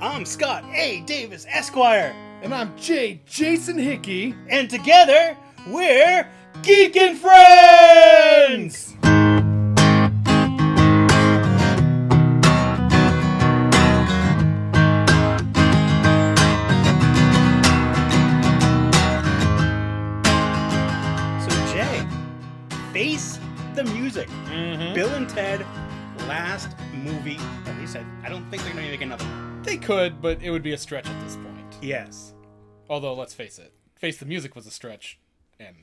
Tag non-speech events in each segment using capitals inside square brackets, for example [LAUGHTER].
I'm Scott A. Davis, Esquire, And I'm J. Jason Hickey. and together we're Geekin' Friends! So, Jay, face the music. Bill and Ted, last movie. At least I, I don't think they're going to make another one. They could, but it would be a stretch at this point. Yes. Although, let's face it, Face the Music was a stretch, and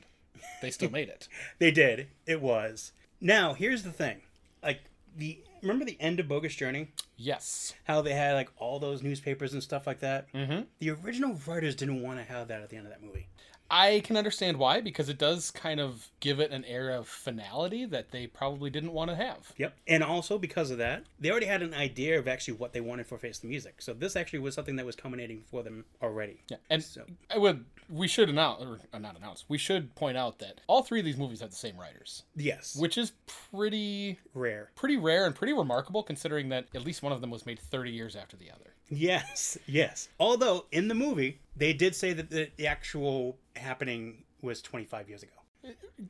they still made it. They did. It was. Now, here's the thing. Like the remember the end of Bogus Journey? [LAUGHS] Yes. How they had like all those newspapers and stuff like that? Mhm. The original writers didn't want to have that at the end of that movie. I can understand why, because it does kind of give it an air of finality that they probably didn't want to have. Yep. And also because of that, they already had an idea of actually what they wanted for Face the Music. So this actually was something that was culminating for them already. Yeah, and So- I would. We should announce, or uh, not announce. We should point out that all three of these movies have the same writers, Yes. which is pretty, Rare. pretty rare and pretty remarkable, considering that at least one of them was made 30 years after the other. Yes. [LAUGHS] Yes. Although in the movie, they did say that the, the actual happening was 25 years ago.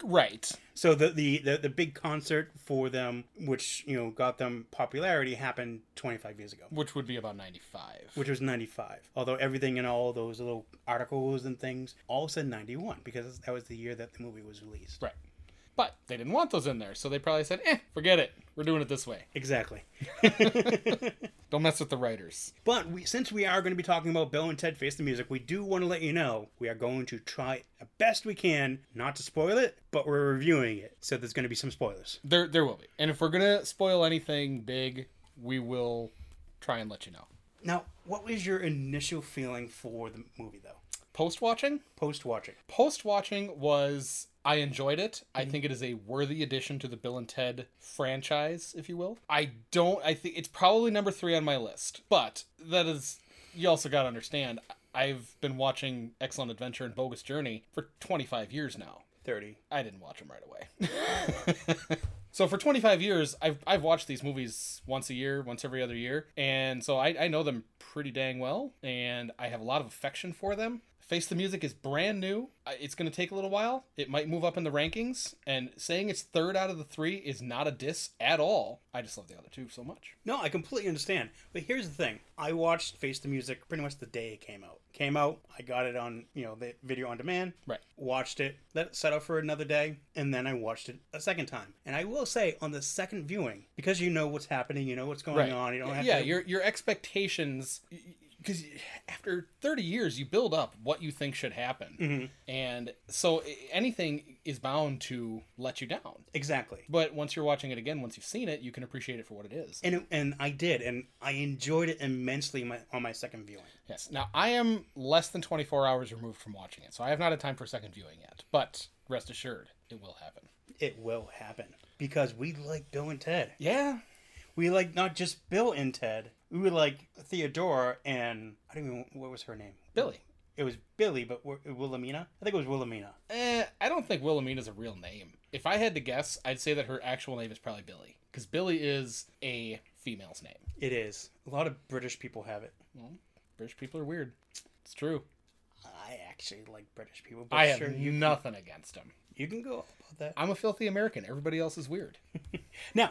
Right. So the, the the the big concert for them, which you know got them popularity, happened 25 years ago, which would be about 95 which was 95. Although everything in all those little articles and things all said 91 because that was the year that the movie was released. right but they didn't want those in there so they probably said eh forget it we're doing it this way Exactly. don't mess with the writers But we, since we are going to be talking about Bill and Ted Face the Music, we do want to let you know we are going to try the best we can not to spoil it, but we're reviewing it, so there's going to be some spoilers. there there will be and if we're gonna spoil anything big we will try and let you know Now, what was your initial feeling for the movie though, post watching post watching? post watching was I enjoyed it. I think it is a worthy addition to the Bill and Ted franchise, if you will. I don't I think it's probably number 3 on my list. But that is you also got to understand I've been watching Excellent Adventure and Bogus Journey for 25 years now. 30. I didn't watch them right away. [LAUGHS] so for 25 years, I've, I've watched these movies once a year, once every other year. And so I, I know them pretty dang well. And I have a lot of affection for them. Face the Music is brand new. I- It's going to take a little while. It might move up in the rankings. And saying it's third out of the three is not a diss at all. I just love the other two so much. No, I completely understand. But here's the thing: I watched Face the Music pretty much the day it came out. Came out, I got it on you know the video on demand. Right. Watched it, let it settle for another day, and then I watched it a second time. And I will say, on the second viewing, because you know what's happening, you know what's going on, you don't have yeah, to. your your expectations because after 30 years you build up what you think should happen. Mm-hmm. And so i- anything is bound to let you down. exactly. But once you're watching it again, once you've seen it, you can appreciate it for what it is. And, it- and I did, and I enjoyed it immensely my, on my second viewing. Yes. Now, I am less than 24 hours removed from watching it, so I have not had time for a second viewing yet. But rest assured, it will happen. It will happen because we like Bill and Ted. Yeah. We like not just Bill and Ted. We were like Theodora and I don't even what was her name. Billy. It was Billy, but Wi- Wilhelmina. I think it was Wilhelmina. Eh, I don't think Wilhelmina's a real name. If I had to guess, I'd say that her actual name is probably Billy, because Billy is a female's name. It is. A lot of British people have it. British people are weird. It's true. I actually like British people, but I have sure, you, nothing against them. you can go about that. I'm a filthy American. Everybody else is weird. Now,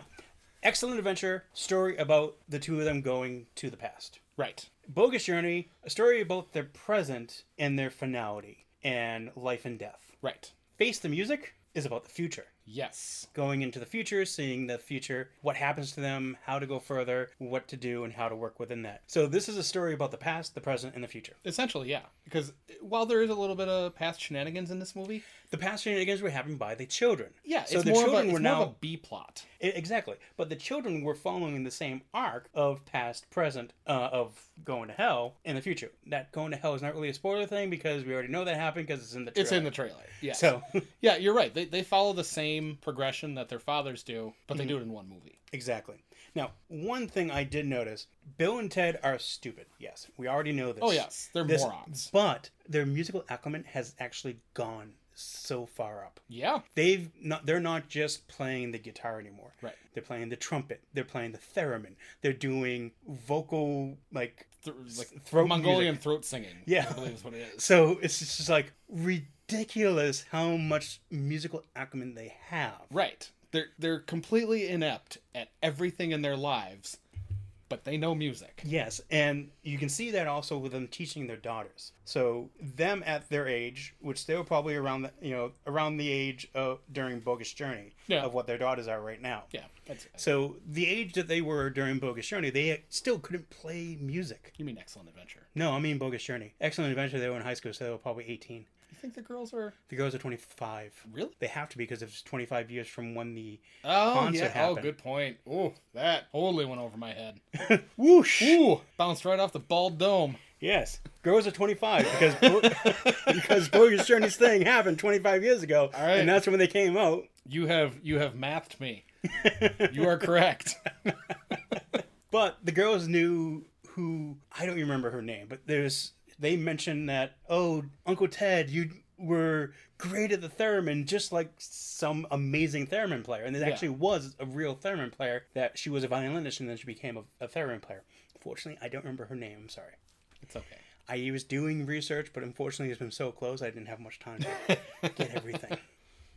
excellent adventure story about the two of them going to the past. Right. Bogus Journey, a story about their present and their finality and life and death. Right. Face the Music is about the future. Yes. Going into the future, seeing the future, what happens to them, how to go further, what to do, and how to work within that. So, this is a story about the past, the present, and the future. Essentially, yeah. Because uh, while there is a little bit of past shenanigans in this movie, The past shenanigans were happened by the children. yeah, so it's, the more, children of a, were it's now more of a B plot. I- exactly, but the children were following the same arc of past, present, uh, of going to hell in the future. That going to hell is not really a spoiler thing because we already know that happened because it's in the. Trailer. It's in the trailer. Yeah. so yeah, you're right. They, they follow the same progression that their fathers do, but they do it in one movie. [LAUGHS] exactly. Now, one thing I did notice: Bill and Ted are stupid. Yes, we already know this. Oh yes, Oh, they're This- morons. But their musical accompaniment has actually gone so far up. Yeah. They've not they're not just playing the guitar anymore. Right. They're playing the trumpet. They're playing the theremin. They're doing vocal like Th- like Throat Mongolian music. throat singing. Yeah. I believe is what it is. so it's just like ridiculous how much musical acumen they have. Right. They're they're completely inept at everything in their lives, but they know music. Yes, and you can see that also with them teaching their daughters. So them at their age, which they were probably around the you know around the age of during Bogus Journey Yeah. of what their daughters are right now. Yeah, that's it. So the age that they were during Bogus Journey, they still couldn't play music. You mean excellent adventure? No, I mean Bogus Journey. Excellent Adventure. They were in high school, so they were probably eighteen. You think the girls are The girls are twenty-five. really? They have to be because it's twenty-five years from when the Oh Concert yeah. happened. Oh, good point. Ooh, that totally went over my head. whoosh. Ooh, bounced right off the bald dome. Yes, girls are 25 because Bo- [LAUGHS] because Bogus Journey's thing happened 25 years ago, All right. and that's when they came out. You have you have mathed [LAUGHS] me. You are correct. But the girls knew who I don't remember her name, but there's they mentioned that oh Uncle Ted, you were great at the theremin, just like some amazing theremin player, and it actually was a real theremin player. That she was a violinist and then she became a, a theremin player. Fortunately, I don't remember her name. I'm sorry. It's okay. I was doing research, but unfortunately, it's been so close, I didn't have much time to get everything.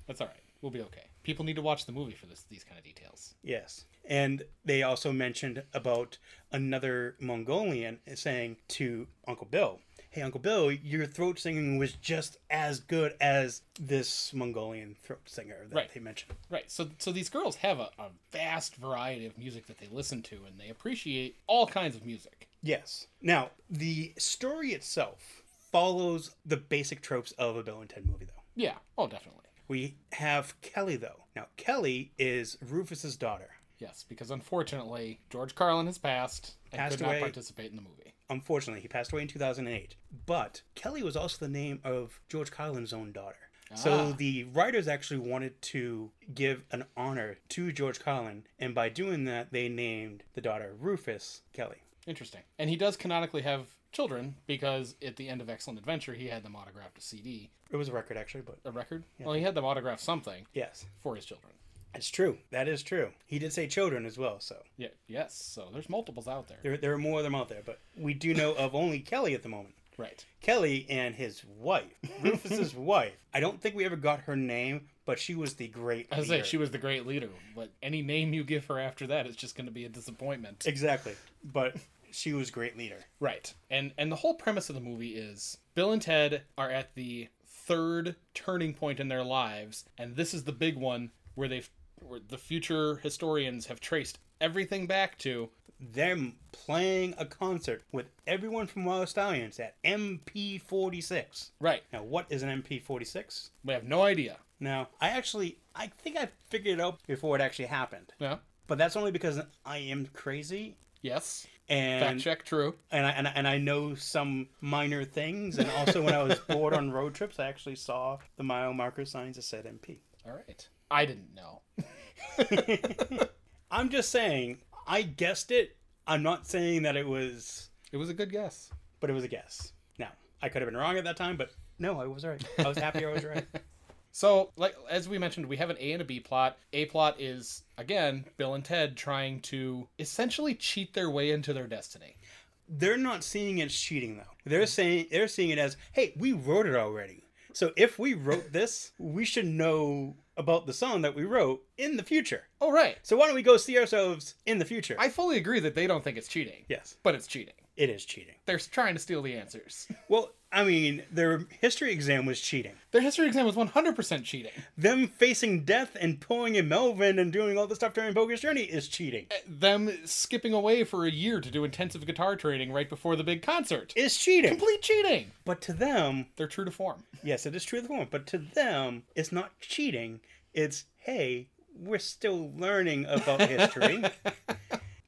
That's all right. We'll be okay. People need to watch the movie for this these kind of details. Yes. And they also mentioned about another Mongolian saying to Uncle Bill, Hey, Uncle Bill, your throat singing was just as good as this Mongolian throat singer that Right. they mentioned. Right. So so these girls have a, a vast variety of music that they listen to and they appreciate all kinds of music. Yes. Now, the story itself follows the basic tropes of a Bill and Ted movie, though. Yeah. Oh, definitely. We have Kelly, though. Now, Kelly is Rufus's daughter. Yes, because unfortunately George Carlin has passed and Passed could away. not participate in the movie. Unfortunately, he passed away in 2008. But Kelly was also the name of George Carlin's own daughter. So Ah. the writers actually wanted to give an honor to George Carlin, and by doing that, they named the daughter Rufus Kelly. Interesting. And he does canonically have children because at the end of Excellent Adventure he had them autographed a CD, It was a record, actually, but a record. Well, he had them autograph something yes, for his children. it's true. That is true. He did say children as well, so Yeah. Yes. So there's multiples out there. there, there are more of them out there, but we do know of only Kelly at the moment. Right. Kelly and his wife, [LAUGHS] Rufus's wife. I don't think we ever got her name, but she was the great. I was like, leader. she was the great leader, but any name you give her after that is just going to be a disappointment. Exactly. But she was a great leader. Right. And and the whole premise of the movie is Bill and Ted are at the third turning point in their lives, and this is the big one where they've where the future historians have traced everything back to Them playing a concert with everyone from Wild Stallions at MP46. right. Now, what is an MP46? We have no idea. Now, I actually, I think I figured it out before it actually happened. Yeah. But that's only because I am crazy Yes. Fact and check true. and I, and I and I know some minor things. And also, when [LAUGHS] I was bored on road trips, I actually saw the mile marker signs that said MP. All right. I didn't know. I'm just saying, I guessed it. I'm not saying that it was It was a good guess. but it was a guess. Now, I could have been wrong at that time, but no, I was right. I was happy I was [LAUGHS] right. So, like as we mentioned, we have an A and a B plot. A plot is again Bill and Ted trying to essentially cheat their way into their destiny. They're not seeing it as cheating though. They're saying they're seeing it as, "Hey, we wrote it already. So if we wrote this, we should know about the song that we wrote in the future. Oh right. So why don't we go see ourselves in the future?" I fully agree that they don't think it's cheating. yes, But it's cheating. it is cheating. They're trying to steal the answers. [LAUGHS] Well, I mean, their history exam was cheating. Their history exam was 100% cheating. Them facing death and pulling a Melvin and doing all the stuff during Bogus Journey is cheating. Them skipping away for a year to do intensive guitar training right before the big concert. Is cheating. Complete cheating. But to them, They're true to form. Yes, it is true to the form, but to them, it's not cheating. It's, hey, we're still learning about history.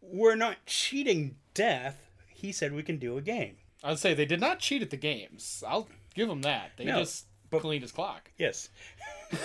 we're not cheating death. He said we can do a game. I'd say they did not cheat at the games. I'll give them that. They No, just cleaned his clock. Yes. [LAUGHS]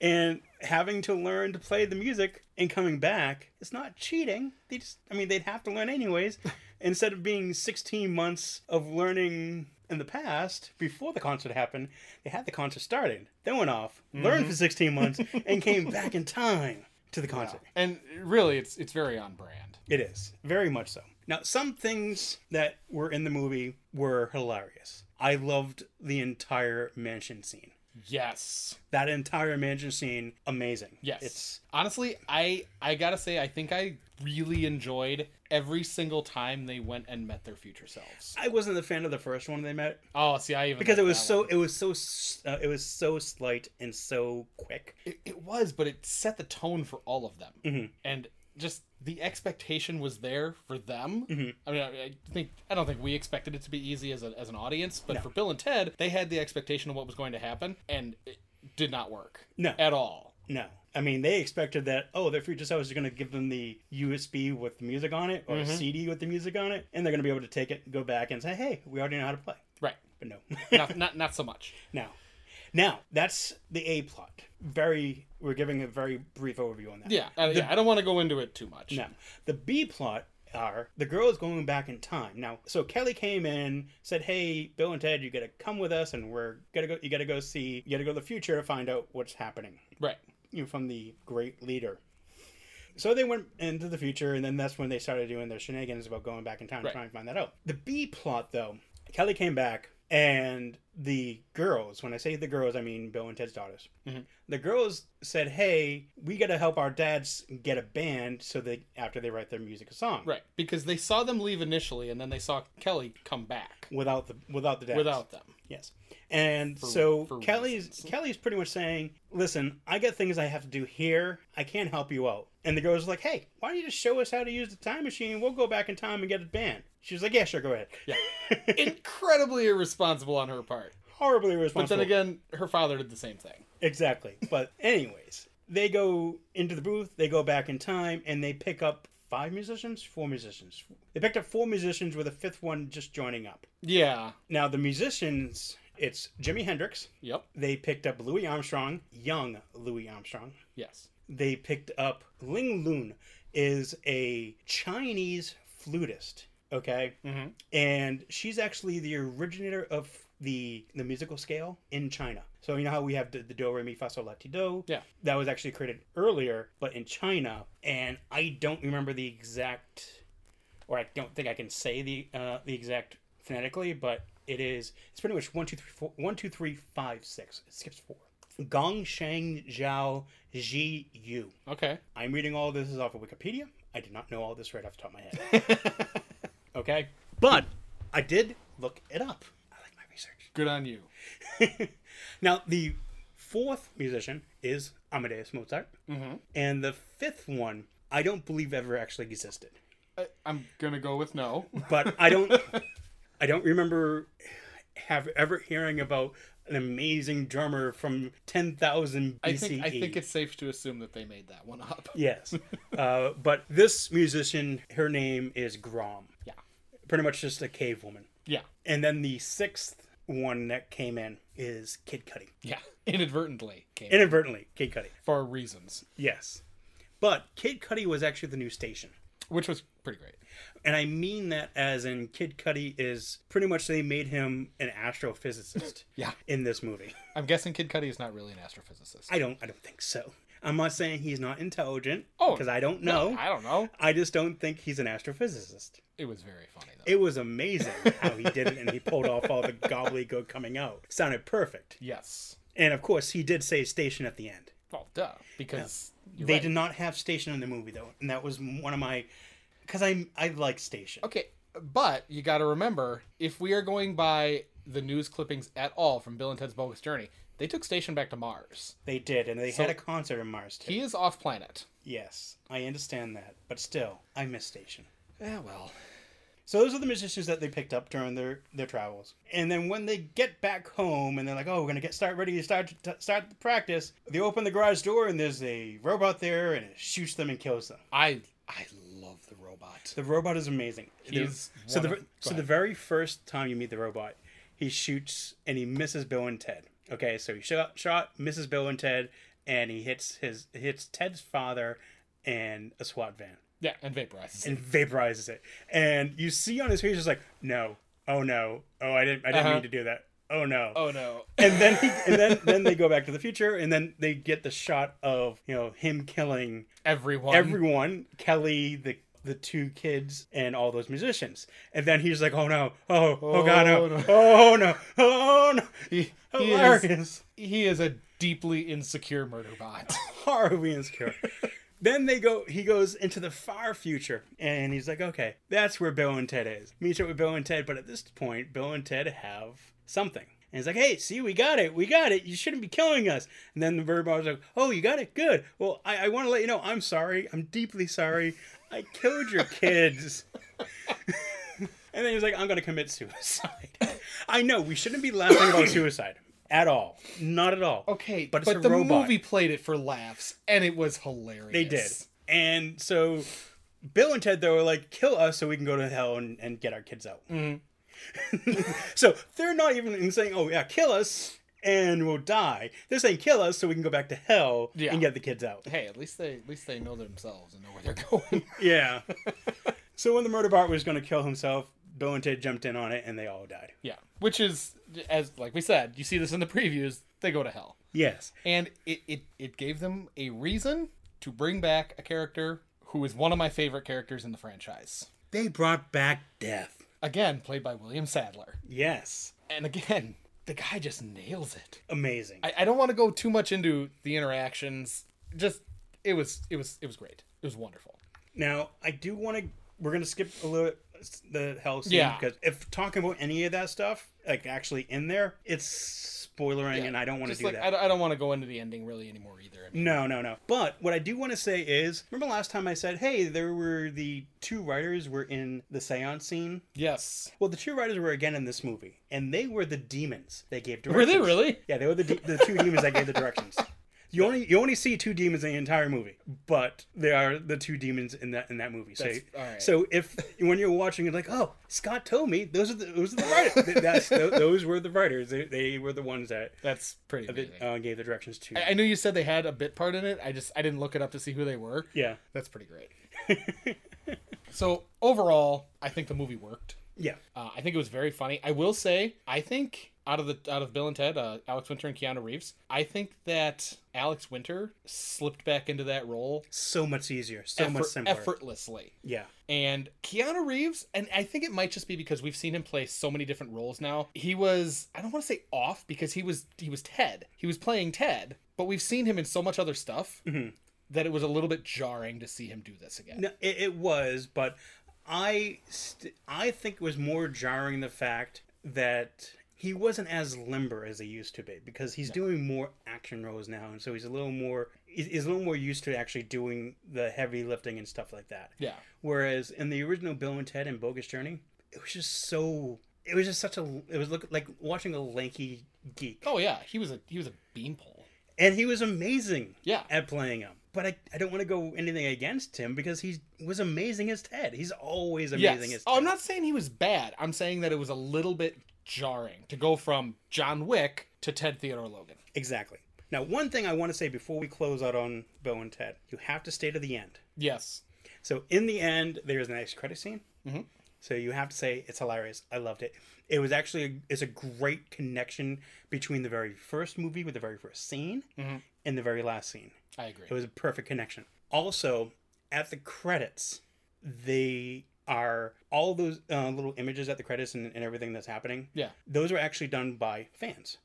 and having to learn to play the music and coming back, it's not cheating. They just, I mean, they'd have to learn anyways. Instead of being 16 months of learning in the past, before the concert happened, they had the concert started, then went off, learned for 16 months, and came back in time to the concert. And really, it's it's very on brand. It is very much so. Now, some things that were in the movie were hilarious. I loved the entire mansion scene. Yes. That entire mansion scene, amazing. Yes. it's honestly, I I gotta say, I think I really enjoyed every single time they went and met their future selves. I wasn't a fan of the first one they met Oh, see, I even because it liked was that so one. it was so s- uh, it was so slight and so quick. it, it was, but it set the tone for all of them, and just the expectation was there for them. I mean, I, I think I don't think we expected it to be easy as a, as an audience, but for Bill and Ted, they had the expectation of what was going to happen, and it did not work. No. at all. No. I mean, they expected that, oh, their future selves are going to give them the USB with the music on it or Mm-hmm. a CD with the music on it, and they're going to be able to take it, go back, and say, hey, we already know how to play. Right. But no. Not not, not so much. [LAUGHS] now, now, that's the A plot. Very, we're giving a very brief overview on that. Yeah, I, yeah, I don't want to go into it too much. Now, the B plot are the girl is going back in time. Now, so Kelly came in, said, "Hey, Bill and Ted, you gotta come with us, and we're gotta go. You gotta go see. You gotta go to the future to find out what's happening." Right. you know, from the great leader. So they went into the future, and then that's when they started doing their shenanigans about going back in time Right. trying to find that out. The B plot, though, Kelly came back, and the girls, when I say the girls, I mean Bill and Ted's daughters, Mm-hmm. the girls said, Hey, we got to help our dads get a band so that after they write their music a song. Right, because they saw them leave initially, and then they saw Kelly come back Without the without the dads. without them. Yes. And so for Kelly's Kelly's pretty much saying, "Listen, I got things I have to do here. I can't help you out." And the girl's like, "Hey, why don't you just show us how to use the time machine? We'll go back in time and get it banned." She's like, "Yeah, sure, go ahead." Yeah, incredibly irresponsible on her part. Horribly But irresponsible. then again, her father did the same thing. exactly. But anyways, they go into the booth, they go back in time, and they pick up five musicians, four musicians. They picked up four musicians with a fifth one just joining up. Yeah. Now the musicians, it's Jimi Hendrix. Yep. They picked up Louis Armstrong, young Louis Armstrong. Yes. they picked up Ling Lun is a Chinese flutist. Okay, mm-hmm. and she's actually the originator of the the musical scale in China. So you know how we have the, the do re mi fa sol la ti do. Yeah. that was actually created earlier, but in China. And I don't remember the exact, or I don't think I can say the uh, the exact phonetically, but it is it's pretty much one two three four one two three five six. It skips four. Gong Shang Zhao Ji Yu. Okay. I'm reading all this is off of Wikipedia. I did not know all this right off the top of my head. okay, but I did look it up. I like my research. Good on you. Now the fourth musician is Amadeus Mozart, mm-hmm. and the fifth one I don't believe ever actually existed. I, I'm gonna go [LAUGHS] with no. But I [LAUGHS] don't, I don't remember have ever hearing about an amazing drummer from 10,000 BCE. I think I think it's safe to assume that they made that one up. E. [LAUGHS] Yes. uh, but this musician, her name is Grom. Yeah. Pretty much just a cave woman. Yeah. And then the sixth one that came in is Kid Cudi. Yeah. [LAUGHS] Inadvertently came Inadvertently, Kid Cudi. for reasons, Yes. But Kid Cudi was actually the new station. which was pretty great. And I mean that as in Kid Cudi is pretty much they made him an astrophysicist. [LAUGHS] Yeah. In this movie. I'm guessing Kid Cudi is not really an astrophysicist. I don't I don't think so. I'm not saying he's not intelligent. Oh, because I don't know. I don't know. I just don't think he's an astrophysicist. It was very funny though. It was amazing how he did it and he pulled off all the gobbledygook coming out. Sounded perfect. yes. And of course, he did say station at the end. Well, duh. Because you're they right. did not have station in the movie though, and that was one of my because I I like station. Okay, but you got to remember if we are going by the news clippings at all from Bill and Ted's Bogus Journey, they took Station back to Mars. They did, and they had a concert in Mars too. He is off planet. yes, I understand that, but still, I miss station. Yeah, well. So those are the musicians that they picked up during their their travels. And then when they get back home and they're like, "Oh, we're gonna get start ready to start to start the practice," they open the garage door and there's a robot there and it shoots them and kills them. I I love the robot. The robot is amazing. He's The- so one the of- go so ahead. the very first time you meet the robot, he shoots and he misses Bill and Ted. Okay, so he shot shot misses Bill and Ted, and he hits his hits Ted's father and a SWAT van Yeah, and vaporizes. and vaporizes it. And you see on his face, he's like, "No, oh no, oh I didn't I didn't Uh-huh. mean to do that. Oh no. Oh no. And then he, and then then they go back to the future and then they get the shot of, you know, him killing Everyone. everyone, Kelly, the the two kids and all those musicians. And then he's like, "Oh no. Oh, oh, god no. Oh, no. Oh no. Oh no." He, he is, Hilarious. he is a deeply insecure murder bot. Harvey cure. then they go. He goes into the far future, and he's like, "Okay, that's where Bill and Ted is." Meets up with Bill and Ted, but at this point, Bill and Ted have something. And he's like, "Hey, see, we got it. We got it. You shouldn't be killing us." And then the bird was like, "Oh, you got it. Good. Well, I, I want to let you know. I'm sorry. I'm deeply sorry. I killed your kids." And then he was like, I'm going to commit suicide. [LAUGHS] I know, we shouldn't be laughing about suicide at all. Not at all. [LAUGHS] Okay, But but, it's a the robot. movie played it for laughs, and it was hilarious. They did. And so Bill and Ted, though, were like, kill us so we can go to hell and, and get our kids out. [LAUGHS] so they're not even saying, oh, yeah, kill us and we'll die. They're saying, kill us so we can go back to hell Yeah. and get the kids out. Hey, at least they at least they know themselves and know where they're [LAUGHS] going. Yeah. so when the murder bot was going to kill himself, Bill and Ted jumped in on it and they all died. yeah, which is as like we said, you see this in the previews. They go to hell, Yes. and it it it gave them a reason to bring back a character who is one of my favorite characters in the franchise. They brought back death. Again, played by William Sadler, Yes. and again, the guy just nails it. Amazing. I, I don't want to go too much into the interactions. Just it was it was it was great. It was wonderful. Now, I do want to. We're gonna skip a little the hell scene Yeah. because if talking about any of that stuff, like actually in there, it's spoilering, and I don't want to Just do like, that. I don't, I don't want to go into the ending really anymore either. I mean, No, no, no. But what I do want to say is, remember last time I said, hey, there were the two writers were in the seance scene. yes. Well, the two writers were again in this movie, and they were the demons that gave Were directions. they really? Yeah, they were the, de- the [LAUGHS] two demons that gave the directions. You only you only see two demons in the entire movie, but they are the two demons in that in that movie. So, That's- all right. so if when you're watching, you're like, oh, Scott told me those are the those are the writers. Th- That's th- those were the writers. They, they were the ones that That's pretty. Amazing. uh, gave the directions to. I, I knew you said they had a bit part in it. I just I didn't look it up to see who they were. yeah, That's pretty great. [LAUGHS] so overall, I think the movie worked. yeah, Uh, I think it was very funny. I will say, I think out of the out of Bill and Ted, uh, Alex Winter and Keanu Reeves, I think that Alex Winter slipped back into that role so much easier, so much effort- simpler. effortlessly. Yeah, And Keanu Reeves, and I think it might just be because we've seen him play so many different roles now. He was I don't want to say off because he was he was Ted. He was playing Ted, but we've seen him in so much other stuff that it was a little bit jarring to see him do this again. Mm-hmm. no, it, it was, but I st- I think it was more jarring the fact that he wasn't as limber as he used to be because he's doing more action roles now, and so he's a little more he's he's a little more used to actually doing the heavy lifting and stuff like that. Yeah. Whereas in the original Bill and Ted and Bogus Journey, it was just so it was just such a it was look, like watching a lanky geek, Oh yeah, he was a he was a beanpole. and he was amazing Yeah. at playing him. But I, I don't want to go anything against him because he was amazing as Ted. He's always amazing Yes. as Ted. Oh, I'm not saying he was bad. I'm saying that it was a little bit jarring to go from John Wick to Ted Theodore Logan. Exactly. Now, one thing I want to say before we close out on Bill and Ted, you have to stay to the end. Yes. So in the end, there's an extra credit scene. Mm-hmm. So you have to say it's hilarious. I loved it. It was actually a, it's a great connection between the very first movie with the very first scene and the very last scene. I agree. It was a perfect connection. Also, at the credits, they are all those uh, little images at the credits and, and everything that's happening. Yeah. Those were actually done by fans.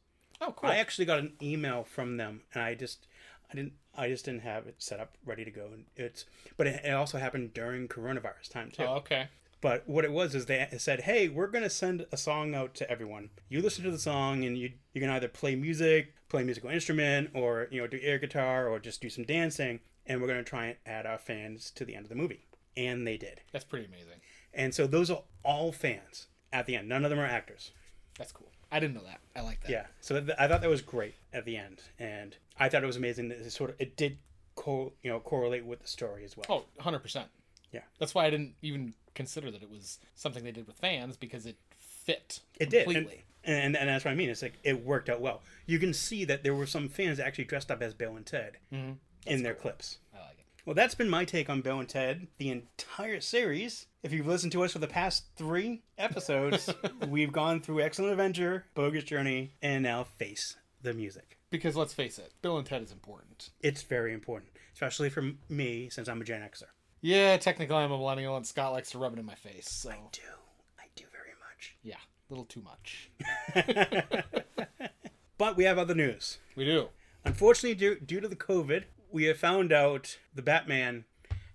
Oh, cool. I actually got an email from them, and I just, I didn't, I just didn't have it set up ready to go. And it's, but it, it also happened during coronavirus time too. oh, okay. But what it was is they said, "Hey, we're gonna send a song out to everyone. You listen to the song, and you you can either play music, play a musical instrument, or you know do air guitar, or just do some dancing. And we're gonna try and add our fans to the end of the movie." And they did. That's pretty amazing. And so those are all fans at the end. None of them are actors. That's cool. I didn't know that. I like that. Yeah, so th- I thought that was great at the end, and I thought it was amazing that it sort of it did, co- you know, correlate with the story as well. Oh, 100%. Yeah. That's why I didn't even consider that it was something they did with fans because it fit it did, and, completely. and and that's what I mean. It's like it worked out well. You can see that there were some fans that actually dressed up as Bill and Ted in their clips. I like it. Well, that's been my take on Bill and Ted, the entire series. If you've listened to us for the past three episodes, we've gone through Excellent Adventure, Bogus Journey, and now Face the Music. Because let's face it, Bill and Ted is important. It's very important, especially for me since I'm a Gen Xer. Yeah, technically I'm a millennial, and Scott likes to rub it in my face. So I do. I do very much. yeah, a little too [LAUGHS] much. But we have other news. We do. Unfortunately, due, due to the COVID, we have found out the Batman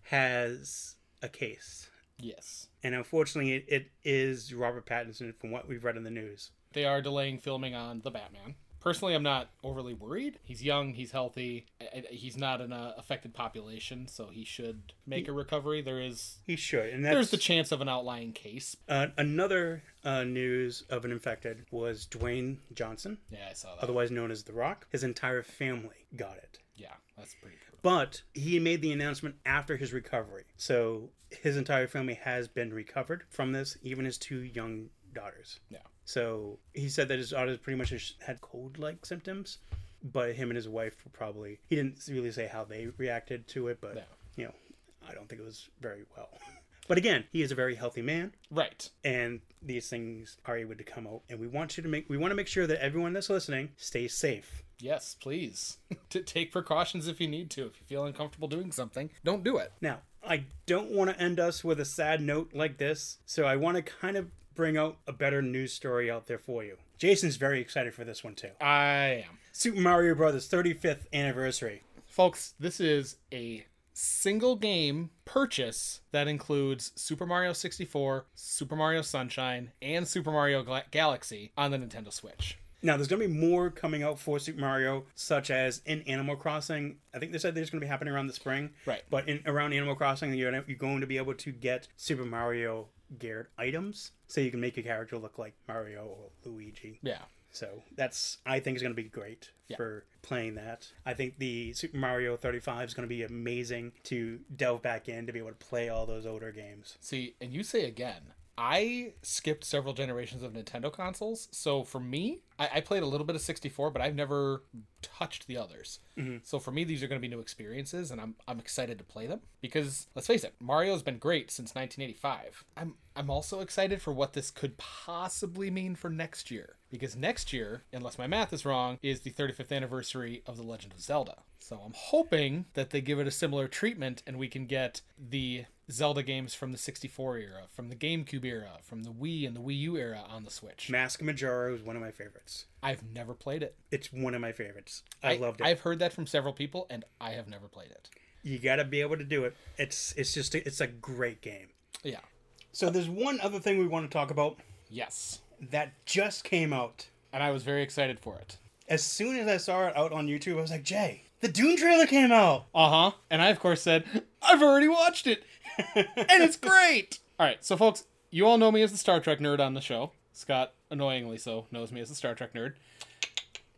has a case. Yes, And unfortunately, it, it is Robert Pattinson from what we've read in the news. they are delaying filming on the Batman. Personally, I'm not overly worried. He's young, he's healthy, I- I- he's not an uh, affected population, so he should make a recovery. There is He should. And that's there's the chance of an outlying case. uh, another uh, news of an infected was Dwayne Johnson, Yeah, I saw that. otherwise known as The Rock. His entire family got it. Yeah, that's pretty brutal. But he made the announcement after his recovery. So his entire family has been recovered from this, even his two young daughters. Yeah. So he said that his daughters pretty much just had cold like symptoms, but him and his wife were probably, he didn't really say how they reacted to it, but, No. you know, I don't think it was very well. [LAUGHS] But again, he is a very healthy man Right. and these things are able to come out. And we want you to make, we want to make sure that everyone that's listening stays safe. Yes, please. [LAUGHS] to take precautions if you need to. If you feel uncomfortable doing something, don't do it. Now, I don't want to end us with a sad note like this, so I want to kind of bring out a better news story out there for you. Jason's very excited for this one too. I am. Super Mario Brothers 35th anniversary. Folks, this is a single game purchase that includes Super Mario 64, Super Mario Sunshine, and Super Mario Gla- Galaxy on the Nintendo Switch. Now, there's going to be more coming out for Super Mario, such as in Animal Crossing. I think they said there's going to be happening around the spring. Right. But in around Animal Crossing, you're, gonna- you're going to be able to get Super Mario geared items, so you can make your character look like Mario or Luigi. Yeah. So that's I think is going to be great Yeah. for playing that. I think the Super Mario 35 is going to be amazing to delve back in to be able to play all those older games. See, and you say again, I skipped several generations of Nintendo consoles. So for me, I, I played a little bit of 64, but I've never touched the others. So for me, these are going to be new experiences, and I'm, I'm excited to play them because let's face it, Mario's been great since 1985. I'm I'm also excited for what this could possibly mean for next year because next year, unless my math is wrong, is the 35th anniversary of The Legend of Zelda. So I'm hoping that they give it a similar treatment and we can get the Zelda games from the 64 era, from the GameCube era, from the Wii and the Wii U era on the Switch. Mask of Majora is one of my favorites. I've never played it. It's one of my favorites. I, loved it. I've heard that from several people and I have never played it. You got to be able to do it. It's it's just a, it's a great game. Yeah. So there's one other thing we want to talk about Yes. that just came out. And I was very excited for it. As soon as I saw it out on YouTube, I was like, "Jay, the Dune trailer came out." Uh huh. And I, of course, said, I've already watched it. [LAUGHS] and it's great. All right. So, folks, you all know me as the Star Trek nerd on the show. Scott, annoyingly so, knows me as the Star Trek nerd.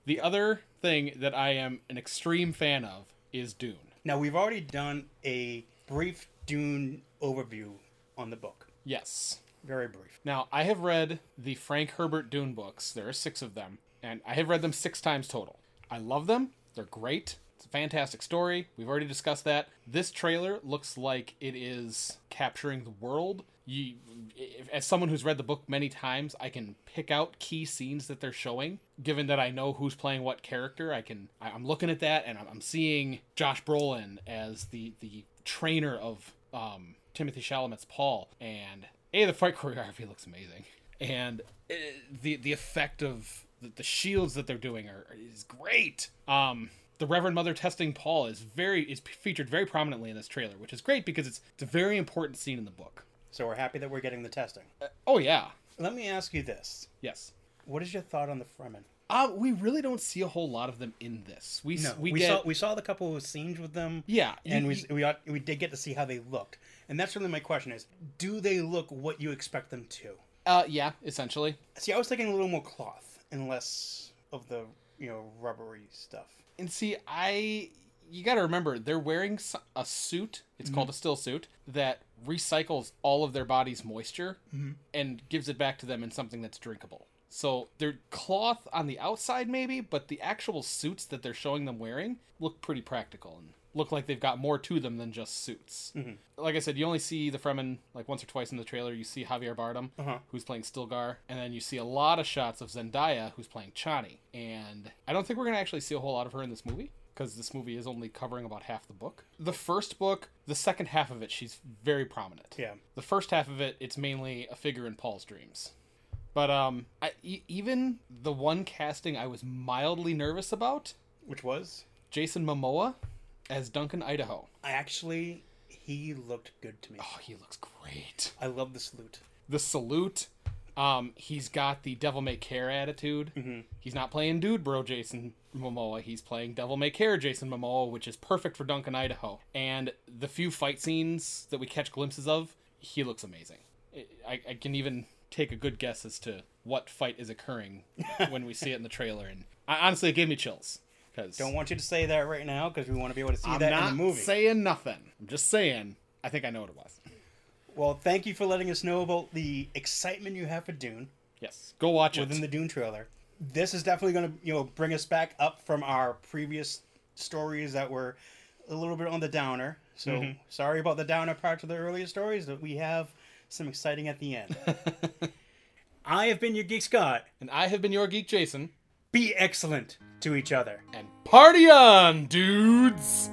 The other thing that I am an extreme fan of is Dune. Now, we've already done a brief Dune overview on the book. Yes. Very brief. Now, I have read the Frank Herbert Dune books. There are six of them, and I have read them six times total. I love them. They're great. It's a fantastic story. We've already discussed that. This trailer looks like it is capturing the world. You, if- as someone who's read the book many times, I can pick out key scenes that they're showing. Given that I know who's playing what character, I can. I- I'm looking at that, and I'm- I'm seeing Josh Brolin as the the trainer of um, Timothy Chalamet's Paul, and a the fight choreography looks amazing, and uh, the the effect of the, the shields that they're doing are is great. Um, the Reverend Mother testing Paul is very is featured very prominently in this trailer, which is great because it's it's a very important scene in the book. So we're happy that we're getting the testing. Oh yeah, Let me ask you this. yes. What is your thought on the Fremen? Uh, we really don't see a whole lot of them in this. We s- we, we get saw we saw the couple of scenes with them. yeah, And you- we, you- we ought- we did get to see how they looked. And that's really my question is, do they look what you expect them to? uh yeah essentially See, I was thinking a little more cloth and less of the, you know, rubbery stuff. And see, I you got to remember they're wearing s- a suit. It's called a still suit that recycles all of their body's moisture and gives it back to them in something that's drinkable. So they're cloth on the outside, maybe, but the actual suits that they're showing them wearing look pretty practical and look like they've got more to them than just suits. Like I said, you only see the Fremen like once or twice in the trailer. You see Javier Bardem, who's playing Stilgar, and then you see a lot of shots of Zendaya, who's playing Chani. And I don't think we're gonna actually see a whole lot of her in this movie because this movie is only covering about half the book. The first book, the second half of it, she's very prominent. Yeah. The first half of it, it's mainly a figure in Paul's dreams. But um, I e even the one casting I was mildly nervous about, Which was? Jason Momoa as Duncan Idaho. I actually, he looked good to me. Oh, he looks great. I love the salute. The salute. Um, he's got the devil may care attitude. Mm-hmm. He's not playing dude bro Jason Momoa. He's playing devil may care Jason Momoa, which is perfect for Duncan Idaho. And the few fight scenes that we catch glimpses of, he looks amazing. I, I can even take a good guess as to what fight is [LAUGHS] occurring when we see it in the trailer. And I, honestly, it gave me chills. Cause Don't want you to say that right now because we want to be able to see I'm that not in the movie. saying nothing. I'm just saying. I think I know what it was. well, thank you for letting us know about the excitement you have for Dune Yes. Go watch it. within the Dune trailer. This is definitely going to you know bring us back up from our previous stories that were a little bit on the downer. So sorry about the downer part to the earlier stories, but we have some exciting at the end. I have been your geek Scott. and I have been your geek, Jason. Be excellent to each other. And party on, dudes!